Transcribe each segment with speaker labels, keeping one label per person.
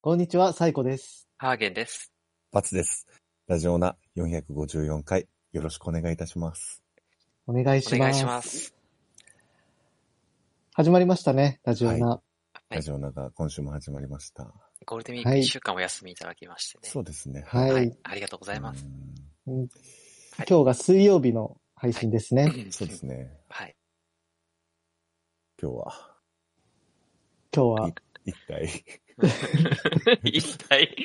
Speaker 1: こんにちは、サイコです。
Speaker 2: ハーゲンです。
Speaker 3: バツです。ラジオナ454回、よろしくお願いいたします。
Speaker 1: お願いし
Speaker 2: お
Speaker 1: ます。
Speaker 2: 願いします。
Speaker 1: 始まりましたね、ラジオナ。
Speaker 2: はい
Speaker 3: ラジオナが今週も始まりました。
Speaker 2: ゴールデンウィーク
Speaker 1: はい
Speaker 2: 1週間お休みいただきましてね。
Speaker 3: そうですね。
Speaker 1: はい。
Speaker 2: ありがとうございます。
Speaker 3: う
Speaker 1: うん
Speaker 2: はい
Speaker 1: 今日が水曜日の配信ですね。
Speaker 3: ーんそうですね。
Speaker 2: はい。
Speaker 3: 今日は、
Speaker 1: 今日は。
Speaker 3: 一体、
Speaker 2: 一体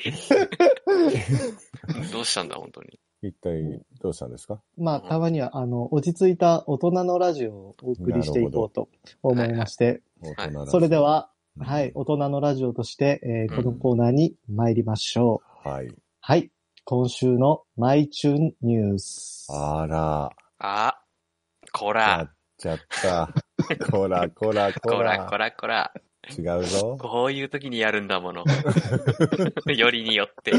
Speaker 2: どうしたんだ、本当に。
Speaker 3: 一体どうしたんですか
Speaker 1: まあ、たまには、あの、落ち着いた大人のラジオをお送りしていこうと思いまして、
Speaker 3: 大人だし
Speaker 1: それで、は、
Speaker 3: うん
Speaker 1: はい、大人のラジオとして、えー
Speaker 2: う
Speaker 1: こ
Speaker 2: ん
Speaker 1: のコーナーに参りましょう。
Speaker 3: はい。
Speaker 1: はい、今週のマイチューンニュース。
Speaker 3: あら、
Speaker 2: あ、こ
Speaker 3: や
Speaker 2: ら、
Speaker 3: っちゃった。こら、こら、こ
Speaker 2: こら、こ
Speaker 3: ら。
Speaker 2: ら、こら。
Speaker 3: 違うぞ。
Speaker 2: こういう時にやるんだもの。よりによって。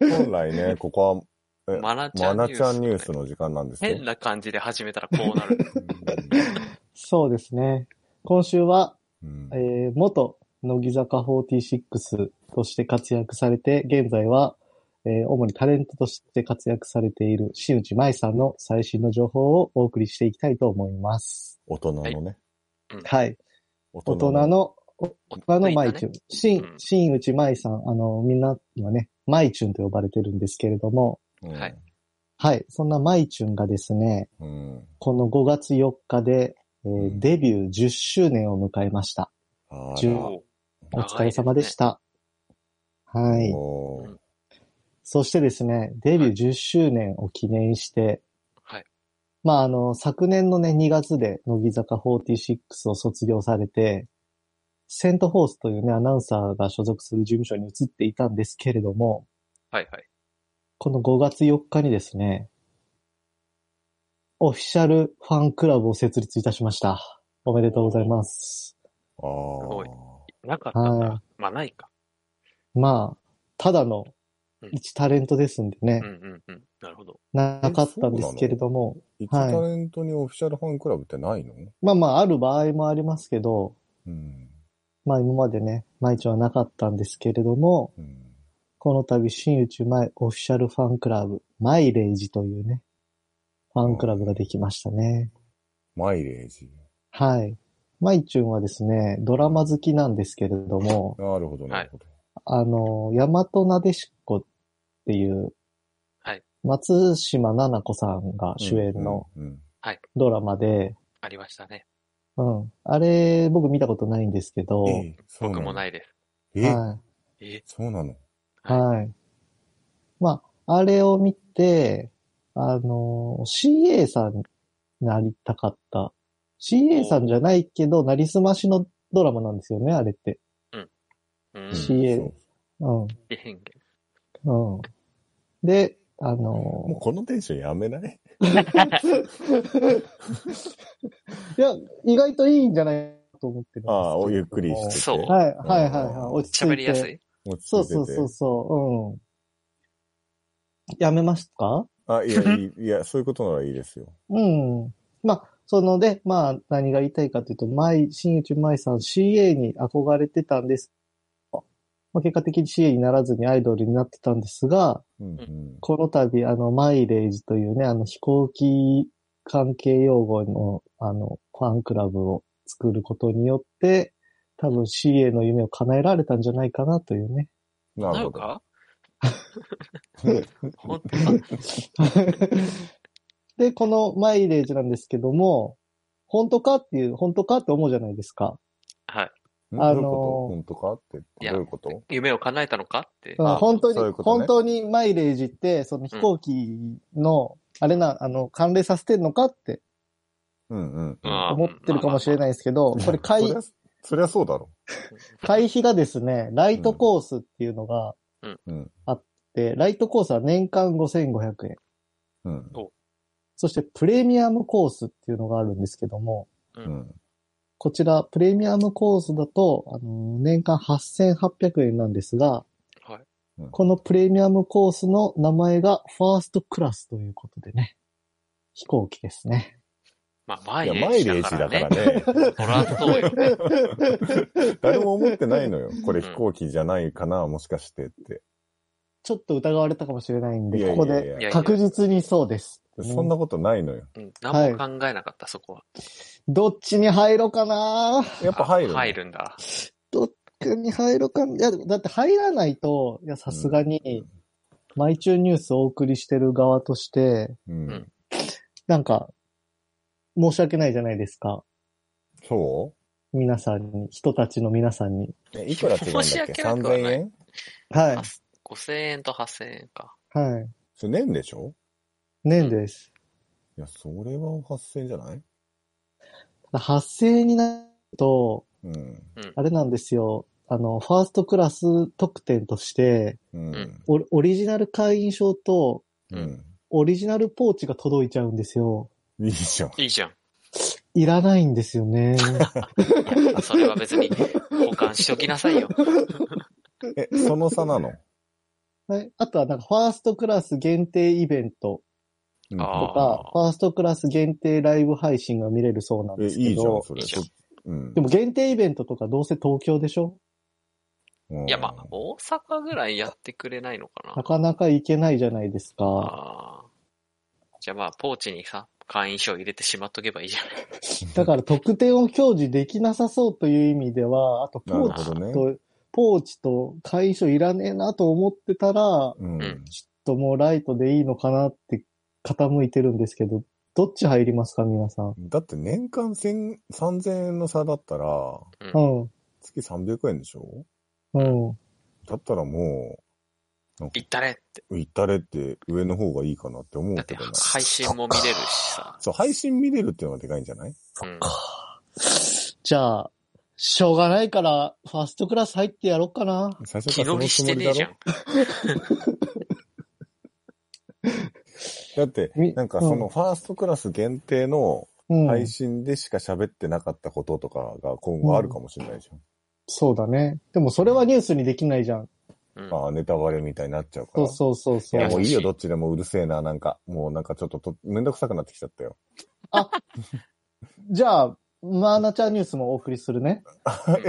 Speaker 3: 本来ね、ここえ
Speaker 2: マナちゃ
Speaker 3: は、ま
Speaker 2: ん
Speaker 3: な
Speaker 2: ニュース
Speaker 3: ちゃんニュースの時間なんですよ。
Speaker 2: 変な感じで始めたらこうなる。
Speaker 1: そうですね。今週は、
Speaker 3: うん
Speaker 1: えー元乃木坂46として活躍されて、現在は、えー主にタレントとして活躍されている新内舞さんの最新の情報をお送りしていきたいと思います。
Speaker 3: 大人のね。
Speaker 1: はい。
Speaker 3: 大
Speaker 1: 大人の、
Speaker 2: 大
Speaker 1: 大人のマ
Speaker 2: マ
Speaker 1: イ
Speaker 2: イ
Speaker 1: チュン。
Speaker 2: うん
Speaker 1: 新、新内舞さん、あの、みんなにはね、マイチュンと呼ばれてるんですけれども、
Speaker 3: うん
Speaker 2: はい
Speaker 1: はい。そんなマイチュンがですね、
Speaker 3: うん。
Speaker 1: この5月4日で、えー
Speaker 3: うん
Speaker 1: デビュー10周年を迎えました。
Speaker 3: あ
Speaker 1: 十
Speaker 3: ら
Speaker 1: おお疲れ様でし
Speaker 2: 長
Speaker 1: た。はい。
Speaker 3: おー
Speaker 1: そしてですね、デビュー10周年を記念して、
Speaker 2: はい
Speaker 1: まあ、あの、昨年のね、2月で乃木坂46を卒業されて、セントホースというね、アナウンサーが所属する事務所に移っていたんですけれども、
Speaker 2: はいはい。
Speaker 1: この5月4日にですね、オフィシャルファンクラブを設立いたしました。おめでとうございます。
Speaker 3: あー
Speaker 2: ごいなかったん
Speaker 1: は
Speaker 2: だ。まあないか。
Speaker 1: まあ、ただの
Speaker 2: うん
Speaker 1: 一タレントですんでね
Speaker 2: うん、うんうん。なるほど。
Speaker 1: なかったんですけれども、
Speaker 3: 一
Speaker 1: はい
Speaker 3: タレントにオフィシャルファンクラブってないの、
Speaker 1: まあまあ、ある場合もありますけど、
Speaker 3: うん。
Speaker 1: まあ今までね、毎日はなかったんですけれども、
Speaker 3: うん。
Speaker 1: この度、新内前オフィシャルファンクラブ、マイレージというね、ファンクラブができましたね。
Speaker 3: マイレージ。
Speaker 1: はい。マイチュンはですね、ドラマ好きなんですけれども、
Speaker 3: なるほど、なるほど。
Speaker 1: あの、大和なでしこっていう、
Speaker 2: はい
Speaker 1: 松島菜々子さんが主演の
Speaker 3: うん。うん
Speaker 1: ドラマで、
Speaker 2: ありましたね。
Speaker 1: うん、あれ、僕見たことないんですけど、
Speaker 3: えそう
Speaker 2: 僕も
Speaker 3: い。
Speaker 2: ないです。
Speaker 3: え、
Speaker 1: はい。
Speaker 2: え、
Speaker 3: そうなの
Speaker 1: はい。まあ、あれを見て、あの、CA さんになりたかった。CA さんじゃないけど、なりすましのドラマなんですよね、あれって。
Speaker 2: うん。
Speaker 1: し CA
Speaker 3: そう
Speaker 1: うん。
Speaker 2: えへんけ
Speaker 1: うん。で、あ
Speaker 3: もう
Speaker 1: の、
Speaker 3: このテンションやめない
Speaker 1: いや、意外といいんじゃないかと思ってるんですけど
Speaker 3: ああ、おゆっくりしてて。
Speaker 2: そう
Speaker 1: はい、はい、はい、はい
Speaker 3: あー
Speaker 1: 落ち着いて。
Speaker 2: 喋りやすい
Speaker 3: 落ち着い
Speaker 1: そ
Speaker 3: てて
Speaker 1: うそうそうそう、うん。やめますか
Speaker 3: あ、いや、いいいや、そういうことならいいですよ。
Speaker 1: うん。まあ、そので、まあ、何が言いたいかというと、前、新内舞さん CA に憧れてたんです。まあ、結果的に CA にならずにアイドルになってたんですが、
Speaker 3: うんうん。
Speaker 1: この度、あの、マイレージというね、あの、飛行機関係用語の、あの、ファンクラブを作ることによって、多分 CA の夢を叶えられたんじゃないかなというね。
Speaker 3: な
Speaker 2: な
Speaker 3: る
Speaker 2: る
Speaker 3: ほど。
Speaker 2: か 本当だ。
Speaker 1: で、このマイレージなんですけども、本当かっていう、本当かって思うじゃないですか。
Speaker 2: はい。
Speaker 3: うん
Speaker 1: あのー
Speaker 3: どういうこと本当かって、どういうこと
Speaker 2: 夢を叶えたのかって。
Speaker 1: うん
Speaker 3: あ
Speaker 1: 本当に、
Speaker 3: そういうことね
Speaker 1: 本当にマイレージって、その飛行機の、あれな、あの、関連させてんのかって
Speaker 3: うんうん。
Speaker 2: うん
Speaker 1: 思ってるかもしれないですけど、これ
Speaker 3: そり
Speaker 1: 会
Speaker 3: ゃ、、そりゃそうだろ。
Speaker 1: 会費がですね、ライトコースっていうのが
Speaker 3: うん。
Speaker 1: で、ライトコースは年間5500円。
Speaker 3: うん。
Speaker 1: そしてプレミアムコースっていうのがあるんですけども、
Speaker 2: うん
Speaker 3: うん。
Speaker 1: こちらプレミアムコースだと、あの、年間8800円なんですが、
Speaker 2: はい。
Speaker 1: このプレミアムコースの名前がファーストクラスということでね、飛行機ですね。
Speaker 2: まあ、
Speaker 3: いや、
Speaker 2: 前
Speaker 3: 前
Speaker 2: イレ
Speaker 3: レ
Speaker 2: ー
Speaker 3: ージ
Speaker 2: ジ
Speaker 3: だ
Speaker 2: だ
Speaker 3: か
Speaker 2: から
Speaker 3: ら
Speaker 2: ね。
Speaker 3: ね。
Speaker 2: そらそうよ。
Speaker 3: 誰も思ってないのよ。これ
Speaker 2: うん
Speaker 3: 飛行機じゃないかな、もしかしてって。
Speaker 1: ちょっと疑われたかもしれないん
Speaker 3: い
Speaker 1: で、
Speaker 3: やい
Speaker 1: ここ
Speaker 3: やい
Speaker 1: で
Speaker 3: や
Speaker 2: いや
Speaker 1: 確実にそうです。
Speaker 3: そんなことないのよ。
Speaker 2: うん何も考えなかった、そこは。
Speaker 1: どっちに入ろうかな
Speaker 3: やっぱ入るの。
Speaker 2: 入るんだ。
Speaker 1: どっちに入ろうかいや、でもだって入らないと、いや、さすがに、マイチューニュースをお送りしてる側として、
Speaker 3: うん。
Speaker 2: うん
Speaker 1: なんか、申し訳ないじゃないですか。
Speaker 3: そ
Speaker 1: 皆さんに、人たちの皆さんに。
Speaker 3: うえいくら違うんだっ
Speaker 2: 申し訳
Speaker 3: け
Speaker 2: なくはない
Speaker 3: ?3000 円
Speaker 1: はい。
Speaker 2: 5000円と8000円か。
Speaker 1: はい。
Speaker 3: それ年でしょ
Speaker 1: 年です。
Speaker 3: いや、それは8000円じゃない
Speaker 1: 発生になると、
Speaker 3: うん。
Speaker 1: あれなんですよ。あの、ファーストクラス特典として、
Speaker 3: うん。
Speaker 1: オリオリジナル会員証と、
Speaker 2: うん
Speaker 1: オリジナルポーチが届いちゃうんですよ。
Speaker 3: いいじゃん。
Speaker 2: いいじゃん。
Speaker 1: いらないんですよ ね。
Speaker 2: それは別に保管しときなさいよ。
Speaker 3: え、その差なの
Speaker 1: はい。あとは、なんか、ファーストクラス限定イベント
Speaker 3: うん
Speaker 2: あ
Speaker 1: とか、ファーストクラス限定ライブ配信が見れるそうなん
Speaker 3: え、
Speaker 1: ですけど。
Speaker 3: いいじゃん、それ。
Speaker 2: いいじゃん
Speaker 3: そうん
Speaker 1: で。も限定イベントとかどうせ東京でしょ
Speaker 3: うん
Speaker 2: いや、まあ、大阪ぐらいやってくれないのか
Speaker 1: な
Speaker 2: な。
Speaker 1: かなか行けないじゃないですか。
Speaker 2: ああ。じゃあまあ、ポーチにさ、会員証入れてしまっとけばいいじゃん。
Speaker 1: だから特典を享受できなさそうという意味では、あとポー
Speaker 3: なる
Speaker 1: チ
Speaker 3: ほどね
Speaker 1: と、ポーチと会員証いらねえなと思ってたら、ちょ
Speaker 3: うん。
Speaker 2: うん
Speaker 1: っともうライトでいいのかなって傾いてるんですけど、どっち入りますか皆さん。
Speaker 3: だって年間1000 3000円の差だったら、
Speaker 1: う
Speaker 2: うん。
Speaker 1: ん、
Speaker 3: 月300円でしょ
Speaker 1: うん。
Speaker 3: だったらも
Speaker 2: 行ったねって。
Speaker 3: う、行ったれって上の方がいいかなって思う
Speaker 2: だって
Speaker 3: けどな。
Speaker 2: 配信も見れるしさ。
Speaker 3: そう、配信見れるっていうのがでかいんじゃない
Speaker 2: うん。
Speaker 1: じゃあ、しょうがないから、ファーストクラス入ってやろうかな。
Speaker 3: 最初
Speaker 2: 気
Speaker 3: からそ
Speaker 2: 乗
Speaker 3: の
Speaker 2: り
Speaker 3: つ
Speaker 2: し
Speaker 3: も
Speaker 2: てね
Speaker 3: りだ
Speaker 2: え
Speaker 3: ろ
Speaker 2: じゃん。
Speaker 3: だって
Speaker 1: み、
Speaker 3: なんかそのファーストクラス限定の
Speaker 1: うん。
Speaker 3: 配信でしか喋ってなかったこととかが今後あるかもしれないじゃん。
Speaker 1: そうだね。でもそれはニュースにできないじゃん。
Speaker 2: うん。
Speaker 3: ああ、ネタバレみたいになっちゃうか
Speaker 1: そ
Speaker 3: ら。
Speaker 1: うそうそうそ
Speaker 3: いうや、。もういいよ、
Speaker 2: 優しい
Speaker 3: どっちでもうるせえな、なんか。もうなんかちょっとと、めんどくさくなってきちゃったよ。
Speaker 1: じゃあ、マーナちゃんニュースもお送りするね。
Speaker 2: ん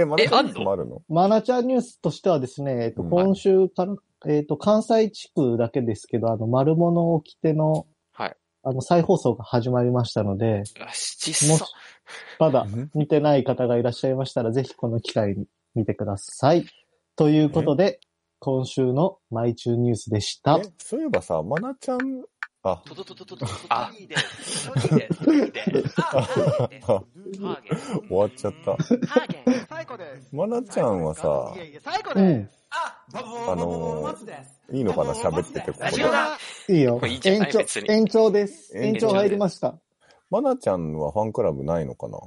Speaker 3: え、まだ
Speaker 2: えあんの
Speaker 3: もあるの
Speaker 1: マナチャーニュースとしてはですね、えっと、
Speaker 3: うん
Speaker 1: 今週から、えっと、関西地区だけですけど、あの、丸物を着ての、
Speaker 2: はい
Speaker 1: あの、再放送が始まりましたので、
Speaker 2: よし、ちっ
Speaker 1: も
Speaker 2: そ
Speaker 1: し。まだ
Speaker 3: うん
Speaker 1: 見てない方がいらっしゃいましたら、ぜひこの機会に見てください。ということで、今週のマイチューニュースでした
Speaker 3: え。そういえばさ、まなちゃん、あ、
Speaker 4: トトトトトトトト
Speaker 2: あ
Speaker 4: ニーで、トニーで、トニーで、あハーゲンです。ハーゲン。
Speaker 3: 終わっちゃった。
Speaker 4: ハーゲン。最高です。
Speaker 3: まなちゃんはさ
Speaker 4: い、やいや、最高
Speaker 1: う
Speaker 4: で
Speaker 1: ん
Speaker 4: す。あ、バボ
Speaker 3: あのーいいのかな、喋ってて、こ
Speaker 4: ラ
Speaker 3: こ
Speaker 4: ジ
Speaker 3: で
Speaker 4: オ。だ。
Speaker 1: いいよ
Speaker 2: これいいん。じゃ
Speaker 1: 延
Speaker 2: ない
Speaker 1: 長
Speaker 2: 別、に
Speaker 1: 延長です。
Speaker 3: 延
Speaker 1: 延
Speaker 3: 長
Speaker 1: 長入りました。
Speaker 3: まなちゃんはファンクラブないのかな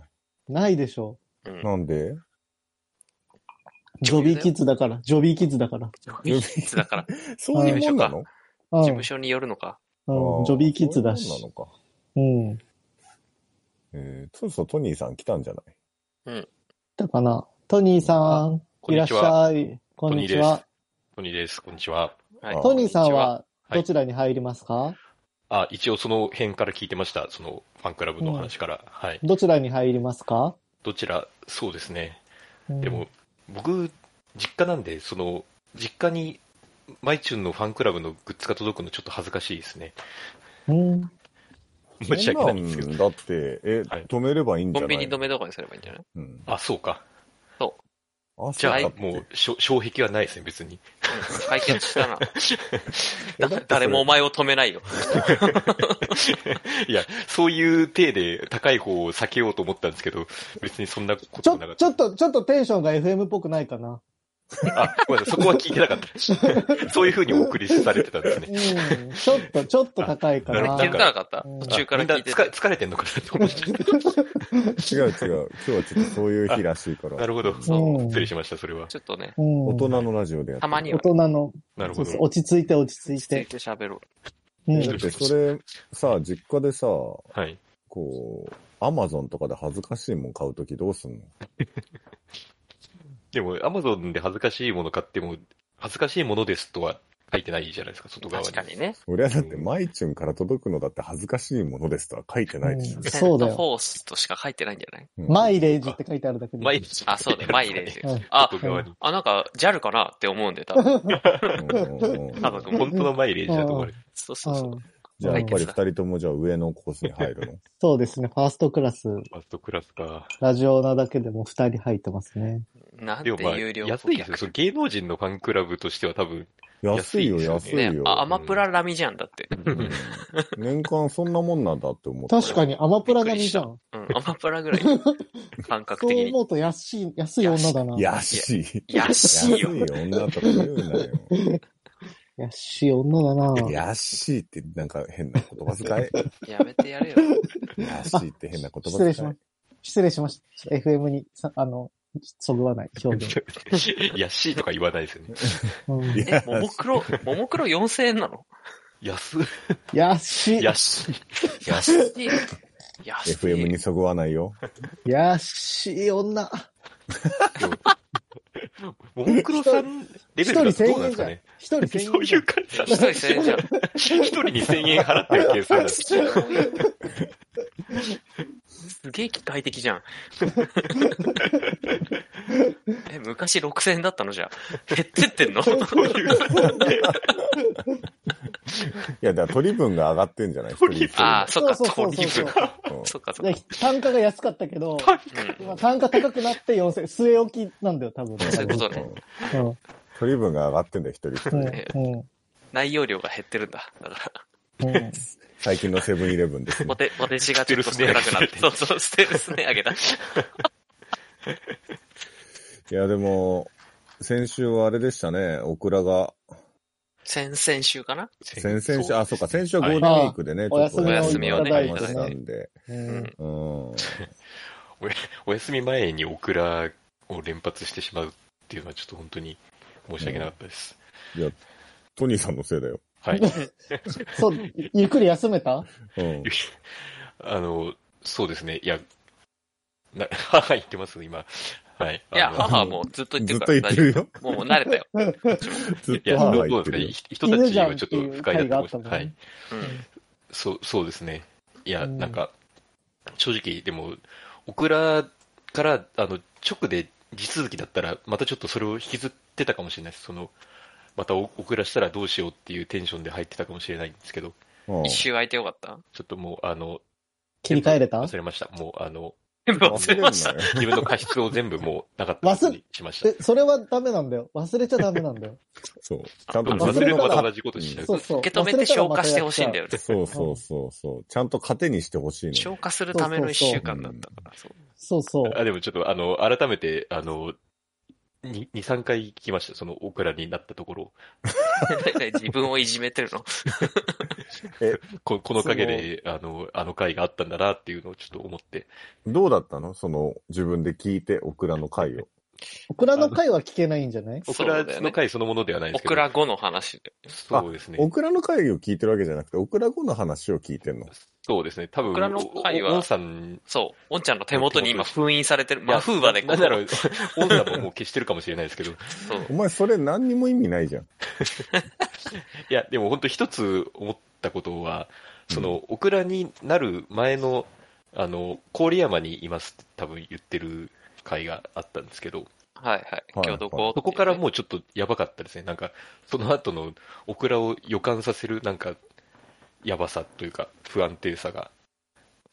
Speaker 1: ないでしょ
Speaker 2: うん。
Speaker 3: なんで
Speaker 1: う。ジョビーキッズだから、ジョビーキッズだから。
Speaker 2: いつだから、事
Speaker 3: そういうもんなの
Speaker 1: うん、
Speaker 2: 務所によるのか。
Speaker 1: うん、ジョビーキッズだし
Speaker 3: そう。いうもんなの
Speaker 1: う
Speaker 3: か。
Speaker 1: ん。
Speaker 3: えー、そうそう、トニーさん来たんじゃない
Speaker 1: だかな。トニーさん、
Speaker 5: こ
Speaker 1: い
Speaker 5: ん
Speaker 1: らっ
Speaker 5: に
Speaker 1: し
Speaker 5: ちは。
Speaker 1: ゃい。こんにちは。
Speaker 5: トニーです。こんにちは。
Speaker 2: は
Speaker 3: あ
Speaker 2: い。
Speaker 1: トニーさんは
Speaker 5: こん
Speaker 1: ど
Speaker 5: にち
Speaker 1: ちらに入りますか、
Speaker 5: は。あ、一応その辺から聞いてました。そのファンクラブの話から。はい。
Speaker 1: どちらに入りますか
Speaker 5: どちら、そうですね。
Speaker 1: うん
Speaker 5: でも、僕、実家なんで、その、実家に、マイチュンのファンクラブのグッズが届くのちょっと恥ずかしいですね。
Speaker 1: うん。
Speaker 5: 申し訳ないんですけど。
Speaker 3: そんなんだって、え、
Speaker 5: はい
Speaker 3: 止めればいいんじ
Speaker 2: コ
Speaker 3: ゃな
Speaker 2: ン
Speaker 3: い
Speaker 2: ビニ止めとかにすればいいんじゃない
Speaker 3: うん。
Speaker 5: あ、そうか。
Speaker 3: 朝
Speaker 5: じゃ
Speaker 3: だ
Speaker 5: あ、
Speaker 3: って
Speaker 5: もう、しょ障壁はないですね、別
Speaker 2: う
Speaker 5: に。
Speaker 2: ん解決したな。
Speaker 3: えだってそれ
Speaker 2: 誰もお前を止めないよ。
Speaker 5: いや、そういう体で高い方を避けようと思ったんですけど、別にそんなこ
Speaker 1: ち
Speaker 5: と
Speaker 1: ょ
Speaker 5: もなか、っ
Speaker 1: ち
Speaker 5: た。
Speaker 1: ょっと、ちょっとテンションが FM っぽくないかな。
Speaker 5: あ、ごめんなさい、そこは聞いてなか った。そういう風にお送りされてたんです
Speaker 1: う
Speaker 5: ね。
Speaker 1: ん。ちょっと、ちょっと高いか
Speaker 5: あ
Speaker 2: 俺
Speaker 1: な。
Speaker 5: な
Speaker 2: 気づ
Speaker 5: るほ
Speaker 2: か
Speaker 5: ど
Speaker 2: なかった
Speaker 1: うん
Speaker 2: 途中から
Speaker 5: みんな
Speaker 2: 聞いてた
Speaker 5: 疲れ疲れてんのかなと思 っちゃった。
Speaker 3: 違う違う。今日はちょっとそういう日らしいから。
Speaker 5: なるほど。
Speaker 1: そう
Speaker 5: 失礼しました、それは。
Speaker 2: ちょっとね、
Speaker 1: うん、
Speaker 3: 大人のラジオでやって
Speaker 2: た
Speaker 3: る
Speaker 2: まに
Speaker 1: 大
Speaker 2: は
Speaker 1: 人の、
Speaker 5: なる
Speaker 1: そ
Speaker 5: ほ
Speaker 1: う
Speaker 5: ど
Speaker 1: そう。落ち着いて落ち着い
Speaker 2: 落ち着い
Speaker 1: て。
Speaker 2: て喋ろ
Speaker 1: う
Speaker 3: だっ
Speaker 1: ん。
Speaker 3: てそれ、さ、実家でさ、
Speaker 5: はい。
Speaker 3: こう、アマゾンとかで恥ずかしいもん買うときどうすんの
Speaker 5: でも、アマゾンで恥ずかしいもの買っても、恥ずかしいものですとは書いてないじゃないですか、外側
Speaker 2: 確かにね。
Speaker 3: 俺はだって、マイチュンから届くのだって恥ずかしいものですとは書いてないでしょ。
Speaker 1: んそうだよ
Speaker 2: セントフォースとしか書いてないんじゃない
Speaker 3: うん
Speaker 1: マイレージって書いてあるだけで。
Speaker 5: マイレージ。
Speaker 2: あ、そう だよ、マイレージ。
Speaker 1: はい
Speaker 2: あ、
Speaker 5: 外側に。
Speaker 2: あ、なんか、JAL かなって思うんで、多 分。
Speaker 3: うん
Speaker 5: 多分、本当のマイレージだと思われる。
Speaker 2: そうそうそうう。
Speaker 1: ん
Speaker 3: じゃあ、やっぱり二人ともじゃあ上のコースに入るの。
Speaker 1: そうですね。ファーストクラス、
Speaker 5: ファーストクラスか。
Speaker 1: ラジオなだけでも2人入ってますね。
Speaker 2: なんて
Speaker 5: でもまあ、
Speaker 2: 有料顧
Speaker 5: 安いですよ。その芸能人のファンクラブとしては多分、
Speaker 3: 安いよ、安
Speaker 5: 安
Speaker 3: い
Speaker 5: い
Speaker 2: ね
Speaker 3: よ。、
Speaker 2: あアマプララミじゃんだって。
Speaker 3: うん年間そんなもんなんだって思った。
Speaker 1: 確かにアマプラ並みじゃん。
Speaker 2: うん、アマプラぐらい、 感覚
Speaker 1: そう
Speaker 2: 的に。
Speaker 1: 思うと安い、安い女だな。
Speaker 3: 安い。
Speaker 2: 安いよ。
Speaker 3: 女とか言うなよ。
Speaker 1: 安い女だな。
Speaker 3: 安いってなんか変な言葉遣
Speaker 2: やめてやれよ。
Speaker 3: い。安いって変な言葉遣い。
Speaker 1: 失礼しま失礼しました。FM にさ、あの、そぐわない表現。
Speaker 5: 安いとか言わないですよね。
Speaker 1: うん、
Speaker 2: え、ももクロ、ももクロ4000円なの
Speaker 5: 安、
Speaker 1: 安い。
Speaker 5: 安い。
Speaker 2: 安い。安い。
Speaker 3: FM にそぐわないよ。
Speaker 1: 安い女。
Speaker 5: ももクロさんレベルだとどうなんですかね。
Speaker 1: 一人千
Speaker 5: そう
Speaker 1: 円
Speaker 5: い
Speaker 1: じゃん
Speaker 5: う感じだ
Speaker 2: 一 人1000円じゃん。
Speaker 5: 一人に1000円払ってる計算だ。
Speaker 2: すげえ機械的じゃん。 え、昔6000円だったのじゃあ。減ってってんの
Speaker 3: いや、だから取り分が上がってんじゃない一人一人
Speaker 2: ああ、そっか、
Speaker 1: そうそうそうそう
Speaker 2: トリプ
Speaker 3: うん
Speaker 2: ルそっか、そっ
Speaker 1: で
Speaker 2: か。
Speaker 1: 単価が安かったけど、
Speaker 2: うん
Speaker 1: まあ単価高くなって4000、据え置きなんだよ、多分。
Speaker 2: そういうことね
Speaker 3: うん
Speaker 1: うん
Speaker 3: 取り分が上がってんだよ、一人一
Speaker 1: うん
Speaker 3: 人。
Speaker 1: うん
Speaker 2: 内容量が減ってるんだ。だから、
Speaker 1: うん
Speaker 3: 最近のセブンイレブン ですね
Speaker 2: ポ。テ、ポテチがちょっと少なくなって。そうそう、ステルスね、あげた。
Speaker 3: いや、でも、先週はあれでしたね、オクラが、
Speaker 2: 先々週かな
Speaker 3: 先々週、あ、そうか、先週はゴールデンウィークでね、
Speaker 1: はい
Speaker 3: ちょっと
Speaker 2: お休みをね
Speaker 3: お休みをいただいてましたんで、
Speaker 1: うん
Speaker 3: うん。
Speaker 5: お休み前にオクラを連発してしまうっていうのはちょっと本当に申し訳なかったです。
Speaker 3: いや、トニーさんのせいだよ。
Speaker 5: はい。
Speaker 1: そう、ゆっくり休めた
Speaker 3: うん。
Speaker 5: あの、そうですね。いや、な 母言ってます、今。はい。
Speaker 2: いや、
Speaker 5: あの
Speaker 2: 母はもうずっと言って
Speaker 3: ずっ
Speaker 2: るか
Speaker 3: と
Speaker 2: ら
Speaker 3: 言ってる
Speaker 2: 大丈
Speaker 3: よ。
Speaker 2: 夫。もうもう慣れたよ。
Speaker 3: ずっ
Speaker 5: い
Speaker 3: と
Speaker 5: や、どう
Speaker 3: 母が
Speaker 5: ど
Speaker 3: 言っ
Speaker 5: う
Speaker 3: て
Speaker 5: で
Speaker 3: るよ。
Speaker 5: すか人た
Speaker 1: 犬
Speaker 5: ち
Speaker 1: じゃん
Speaker 5: は
Speaker 1: って
Speaker 5: ちょっ
Speaker 1: い
Speaker 5: と
Speaker 1: う
Speaker 5: 不快だ
Speaker 1: 回
Speaker 5: と
Speaker 1: があ
Speaker 5: 思
Speaker 1: った
Speaker 5: いまし
Speaker 1: もん
Speaker 5: た。
Speaker 1: ね。
Speaker 5: はい。
Speaker 2: うん。
Speaker 5: そう、そうですね。いや、
Speaker 1: うん
Speaker 5: なんか、正直、でも、オクラから、あの、直で地続きだったら、またちょっとそれを引きずってたかもしれないです。その、またオオクラしたらどうしようっていうテンションで入ってたかもしれないんですけど、
Speaker 3: うん
Speaker 2: 一周空いてよかった
Speaker 5: ちょっともう、あの、
Speaker 1: 切り替えれた
Speaker 5: 忘れました。もう、あの、
Speaker 2: 全部忘
Speaker 3: 忘れ
Speaker 2: れ
Speaker 3: んな
Speaker 2: ま
Speaker 3: よ
Speaker 2: した。
Speaker 5: 自分の過失を全部もうなかったことにしました
Speaker 1: え。、それはダメなんだよ。忘れちゃダメなんだよ。
Speaker 3: そう。ちゃんと
Speaker 5: 忘
Speaker 1: 忘
Speaker 5: れ
Speaker 1: れ
Speaker 5: る
Speaker 1: る
Speaker 5: とま
Speaker 1: か
Speaker 5: た
Speaker 1: ら
Speaker 5: 同じことしちゃう。
Speaker 1: そうそう。
Speaker 2: 受け止めて消化してほしいんだ
Speaker 1: よ。
Speaker 2: よね。
Speaker 3: そうそうそうそう。ちゃんと糧にしてほしいの
Speaker 2: 消化するための一週間だったから、そう。
Speaker 1: そうそう。
Speaker 5: あでもちょっと、あの、改めて、あの、2、3回聞きました。その、オクラになったところ。
Speaker 2: 自分をいじめてるの。
Speaker 5: ここの陰で、あの、あの回があったんだなっていうのをちょっと思って。
Speaker 3: どうだったのその、自分で聞いて、オクラの回を。
Speaker 1: オクラの回は聞けないんじゃない
Speaker 5: オ
Speaker 2: そ
Speaker 5: ク
Speaker 2: うだ
Speaker 5: ラ
Speaker 2: よね
Speaker 5: の回そのものではないで
Speaker 2: オ
Speaker 5: すけ
Speaker 2: ク
Speaker 5: ど。
Speaker 2: ラ後の話で。
Speaker 5: そうですね
Speaker 3: オ。クラの回を聞いてるわけじゃなくて、オクラ後の話を聞いてんの。
Speaker 5: そうですね。多分、
Speaker 2: オクラの回は
Speaker 5: おおおんさん、
Speaker 2: そう。おんちゃんの手元に今封印されてる。まあ、封
Speaker 5: は
Speaker 2: はね、こ
Speaker 5: な
Speaker 2: うん
Speaker 5: だろう、 オンさんももう消してるかもしれないですけど。
Speaker 2: そう。
Speaker 3: お前、それ何にも意味ないじゃん。
Speaker 5: いや、でも本当一つ思ったことは、その、オクラになる前の、あの、郡山にいますって多分言ってる回があったんですけど、
Speaker 2: はいはい。今日どこ
Speaker 5: そこからもうちょっとやばかったですね。なんか、その後のオクラを予感させる、なんか、やばさというか、不安定さが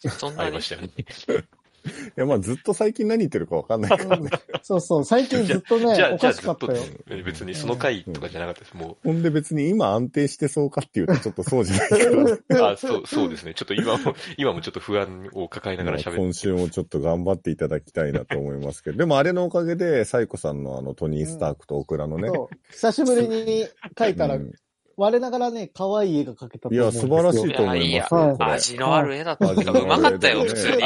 Speaker 2: う、そんな
Speaker 5: あり
Speaker 2: に
Speaker 5: まし。たよね。
Speaker 3: いや、まあ、ずっと最近何言ってるかわかんないからね。
Speaker 1: そうそう。最近ずっと
Speaker 5: じ
Speaker 1: ね
Speaker 5: ゃ、あ、
Speaker 1: お
Speaker 5: じゃ
Speaker 1: か
Speaker 5: あ
Speaker 1: し
Speaker 5: ず
Speaker 1: か
Speaker 5: っ
Speaker 1: った
Speaker 5: と
Speaker 1: よ。
Speaker 5: うん別にその回とかじゃなかったです。も
Speaker 3: ほんで別に今安定してそうかっていうとちょっとそうじゃないから、
Speaker 5: う、あ、そう、そうですね。ちょっと今も、今もちょっと不安を抱えながら喋って
Speaker 3: 今週もちょっと頑張っていただきたいなと思いますけ ど、でもあれのおかげで、サイコさんのあのトニー・スタークとオクラのね、
Speaker 1: そう。久しぶりに書いたら
Speaker 3: う、ん
Speaker 1: 我ながらね、可愛い絵が描けたと
Speaker 3: い
Speaker 1: 思う
Speaker 3: や、
Speaker 1: んです
Speaker 3: 素
Speaker 1: よ
Speaker 3: 晴らしい
Speaker 2: い
Speaker 3: と思
Speaker 2: や、い
Speaker 3: いま
Speaker 2: や
Speaker 3: すよ、、
Speaker 2: 味のある絵だった。
Speaker 3: これ
Speaker 2: うまかったよ、普通に。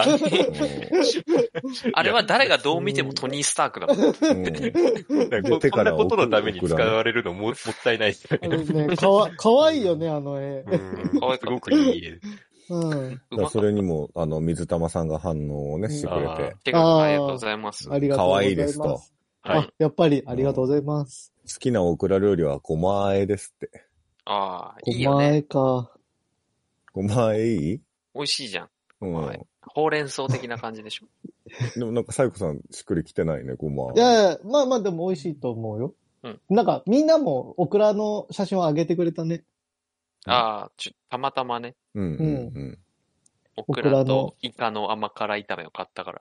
Speaker 2: あれは誰がどう見てもトニー・スタークだもん。
Speaker 3: うんうん
Speaker 5: なんか
Speaker 3: で
Speaker 5: こ
Speaker 3: 手
Speaker 5: こ
Speaker 3: か
Speaker 5: んな
Speaker 3: ら
Speaker 5: ことのために
Speaker 3: 送
Speaker 5: 使
Speaker 3: らない
Speaker 5: われるのももったいないですよ
Speaker 1: あ
Speaker 5: ね。
Speaker 1: のね、かわ、可愛いよね、あの絵。
Speaker 5: うんすごくいい絵。
Speaker 1: うん。
Speaker 3: だ
Speaker 2: う
Speaker 3: か
Speaker 2: ま
Speaker 3: ら
Speaker 2: か
Speaker 3: そ
Speaker 2: っ
Speaker 3: れにも、あの、水玉さんが反応をね、してくれて。
Speaker 2: た。ありがとうございます。
Speaker 1: ありがとうございます。
Speaker 3: 可愛いですと
Speaker 1: あ、やっぱり、ありがとうございます。
Speaker 3: きなオクラ料理はごま和えですって。
Speaker 2: ああ、いい
Speaker 1: ご
Speaker 2: よ
Speaker 1: まあ
Speaker 2: ね。
Speaker 1: えか。
Speaker 3: ごま和えいい
Speaker 2: 美味しいじゃん。
Speaker 3: うん。
Speaker 2: はいほうれん草的な感じでしょ。
Speaker 3: でもなんか、サイコさん、しっくりきてないね、ごま。
Speaker 1: いやいや、まあまあでも美味しいと思うよ。
Speaker 2: うん
Speaker 1: なんか、みんなもオクラの写真を上げてくれたね。
Speaker 2: ああ、ちょたまたまね、
Speaker 3: うんうんうん。
Speaker 2: オク
Speaker 1: オクラ
Speaker 2: ラ
Speaker 1: の
Speaker 2: とイカの甘辛炒めを買ったから。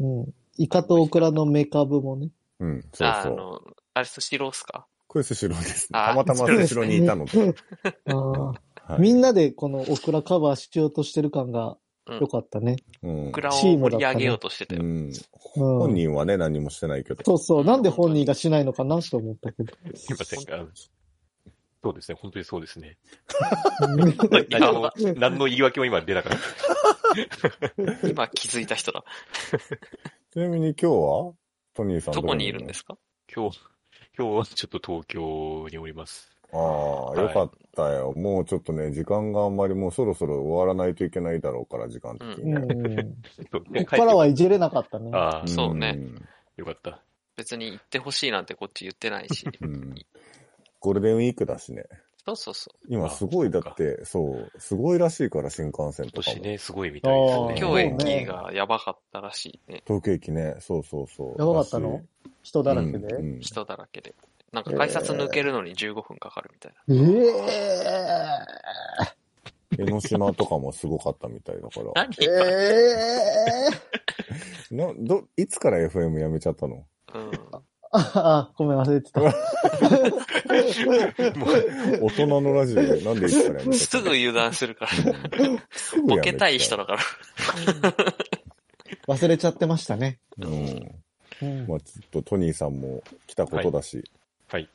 Speaker 1: うん。イカとオクラのメカブもね。
Speaker 3: うん、そう
Speaker 2: ああ
Speaker 3: そ
Speaker 2: あ
Speaker 3: う。
Speaker 2: の、あれ、スシローっすか
Speaker 3: これスシローですね。
Speaker 2: あ
Speaker 3: たまたまスシローにいた ので。
Speaker 1: あー
Speaker 3: はい
Speaker 1: みんなでこのオクラカバーしようとしてる感が良かったね。
Speaker 3: うん
Speaker 2: オクラを
Speaker 1: チームだ
Speaker 2: 盛
Speaker 1: った
Speaker 2: り
Speaker 1: ね
Speaker 2: 上げようとしてた
Speaker 3: う
Speaker 2: よ。
Speaker 3: ん。本人はね、何もしてないけど。
Speaker 1: そうそう。なんで本人がしないのかなと思ったけど。
Speaker 5: すいませんが。そうですね、本当にそうですね。
Speaker 2: 今
Speaker 5: 何も、 何の言い訳も今出なかった。
Speaker 2: 今気づいた人だ。
Speaker 3: ちなみに今日はトニーさん
Speaker 2: どこにいるんですか
Speaker 5: 今日、今日はちょっと東京におります。
Speaker 3: ああー、よかったよ。もうちょっとね、時間があんまりもうそろそろ終わらないといけないだろうから、時間的に
Speaker 1: う
Speaker 3: ね。
Speaker 1: ん。
Speaker 5: こ
Speaker 1: こっからはいじれなかったね。
Speaker 5: ああ、
Speaker 3: ん
Speaker 2: そうね。
Speaker 5: よかった。
Speaker 2: 別に行ってほしいなんてこっち言ってないし。
Speaker 3: うんゴールデンウィークだしね。
Speaker 2: そうそうそ
Speaker 3: 今すごい、だ
Speaker 5: あ
Speaker 3: って、そう、すごいらしいから、新幹線
Speaker 5: 今
Speaker 3: とかも
Speaker 5: 年。ね、すごいみたいです
Speaker 1: あ
Speaker 2: う。
Speaker 5: ね。
Speaker 1: ー
Speaker 2: 今日
Speaker 1: そうね
Speaker 2: 駅がやばかったらしいね。
Speaker 3: 東京駅ね、そうそうそう。
Speaker 1: やばかったの人だらけで。
Speaker 3: うんうん
Speaker 2: 人だらけで。なんか改札抜けるのに15分かかるみたいな。
Speaker 1: え
Speaker 3: 江ノ島とかもすごかったみたいだから。
Speaker 2: 何
Speaker 1: えええ
Speaker 3: などいつから FM やめちゃったの
Speaker 2: うん。
Speaker 1: あ、ごめん、忘れてた。
Speaker 3: 大人のラジオなんでいつからやめちゃった
Speaker 2: す
Speaker 3: の
Speaker 2: ぐ油断するから。
Speaker 3: すぐやめちゃう
Speaker 2: ボケたい人だから。
Speaker 1: 忘れちゃってましたね。
Speaker 3: うん。
Speaker 1: うん
Speaker 3: まあちょっとトニーさんも来たことだし。
Speaker 5: はいはい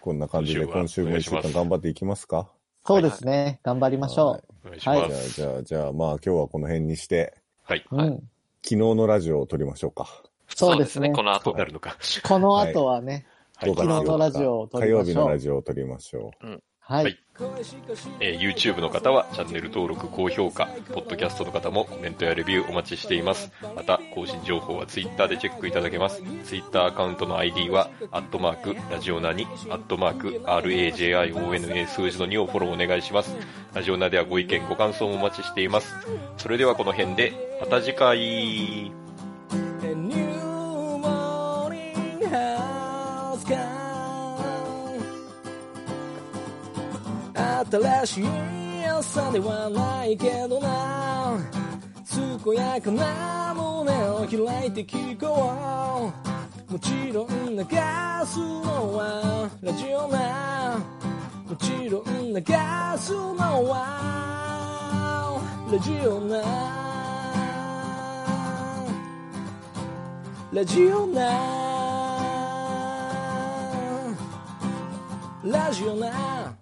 Speaker 3: こんな感じで今
Speaker 5: 今週
Speaker 3: 週
Speaker 5: は
Speaker 3: も一週
Speaker 5: お願
Speaker 3: 間
Speaker 5: いします
Speaker 3: 頑張っていきますか。
Speaker 1: そうですね。頑張りましょ
Speaker 5: お願いしま
Speaker 3: じゃあ、
Speaker 5: す。
Speaker 3: じゃあ、じゃあ、まあ今日はこの辺にして、
Speaker 5: はい。
Speaker 1: う。
Speaker 2: はい
Speaker 1: うん。
Speaker 3: 昨日のラジオを撮りましょうか。
Speaker 1: そうですね
Speaker 2: この
Speaker 5: そ
Speaker 2: 後
Speaker 5: う。なるのか。
Speaker 1: この後はね、
Speaker 5: はい。
Speaker 1: 昨日のラジオを撮
Speaker 3: 火
Speaker 1: りましょう
Speaker 3: 曜日のラジオを撮りましょ
Speaker 1: はい。
Speaker 5: はいえー YouTube の方はチャンネル登録、高評価、ポッドキャストの方もコメントやレビューお待ちしています。また、更新情報は Twitter でチェックいただけます。Twitter アカウントの ID は、アットマーク、ラジオナに、アットマーク、RAJIONA 数字の2をフォローお願いします。ラジオナではご意見、ご感想もお待ちしています。それではこの辺で、また次回。
Speaker 6: A new morning has come 新しい朝ではないけどな健やかな胸を開いて聞こうもちろん流すのはラジオなもちろん流すのはラジオなラジオなラジオな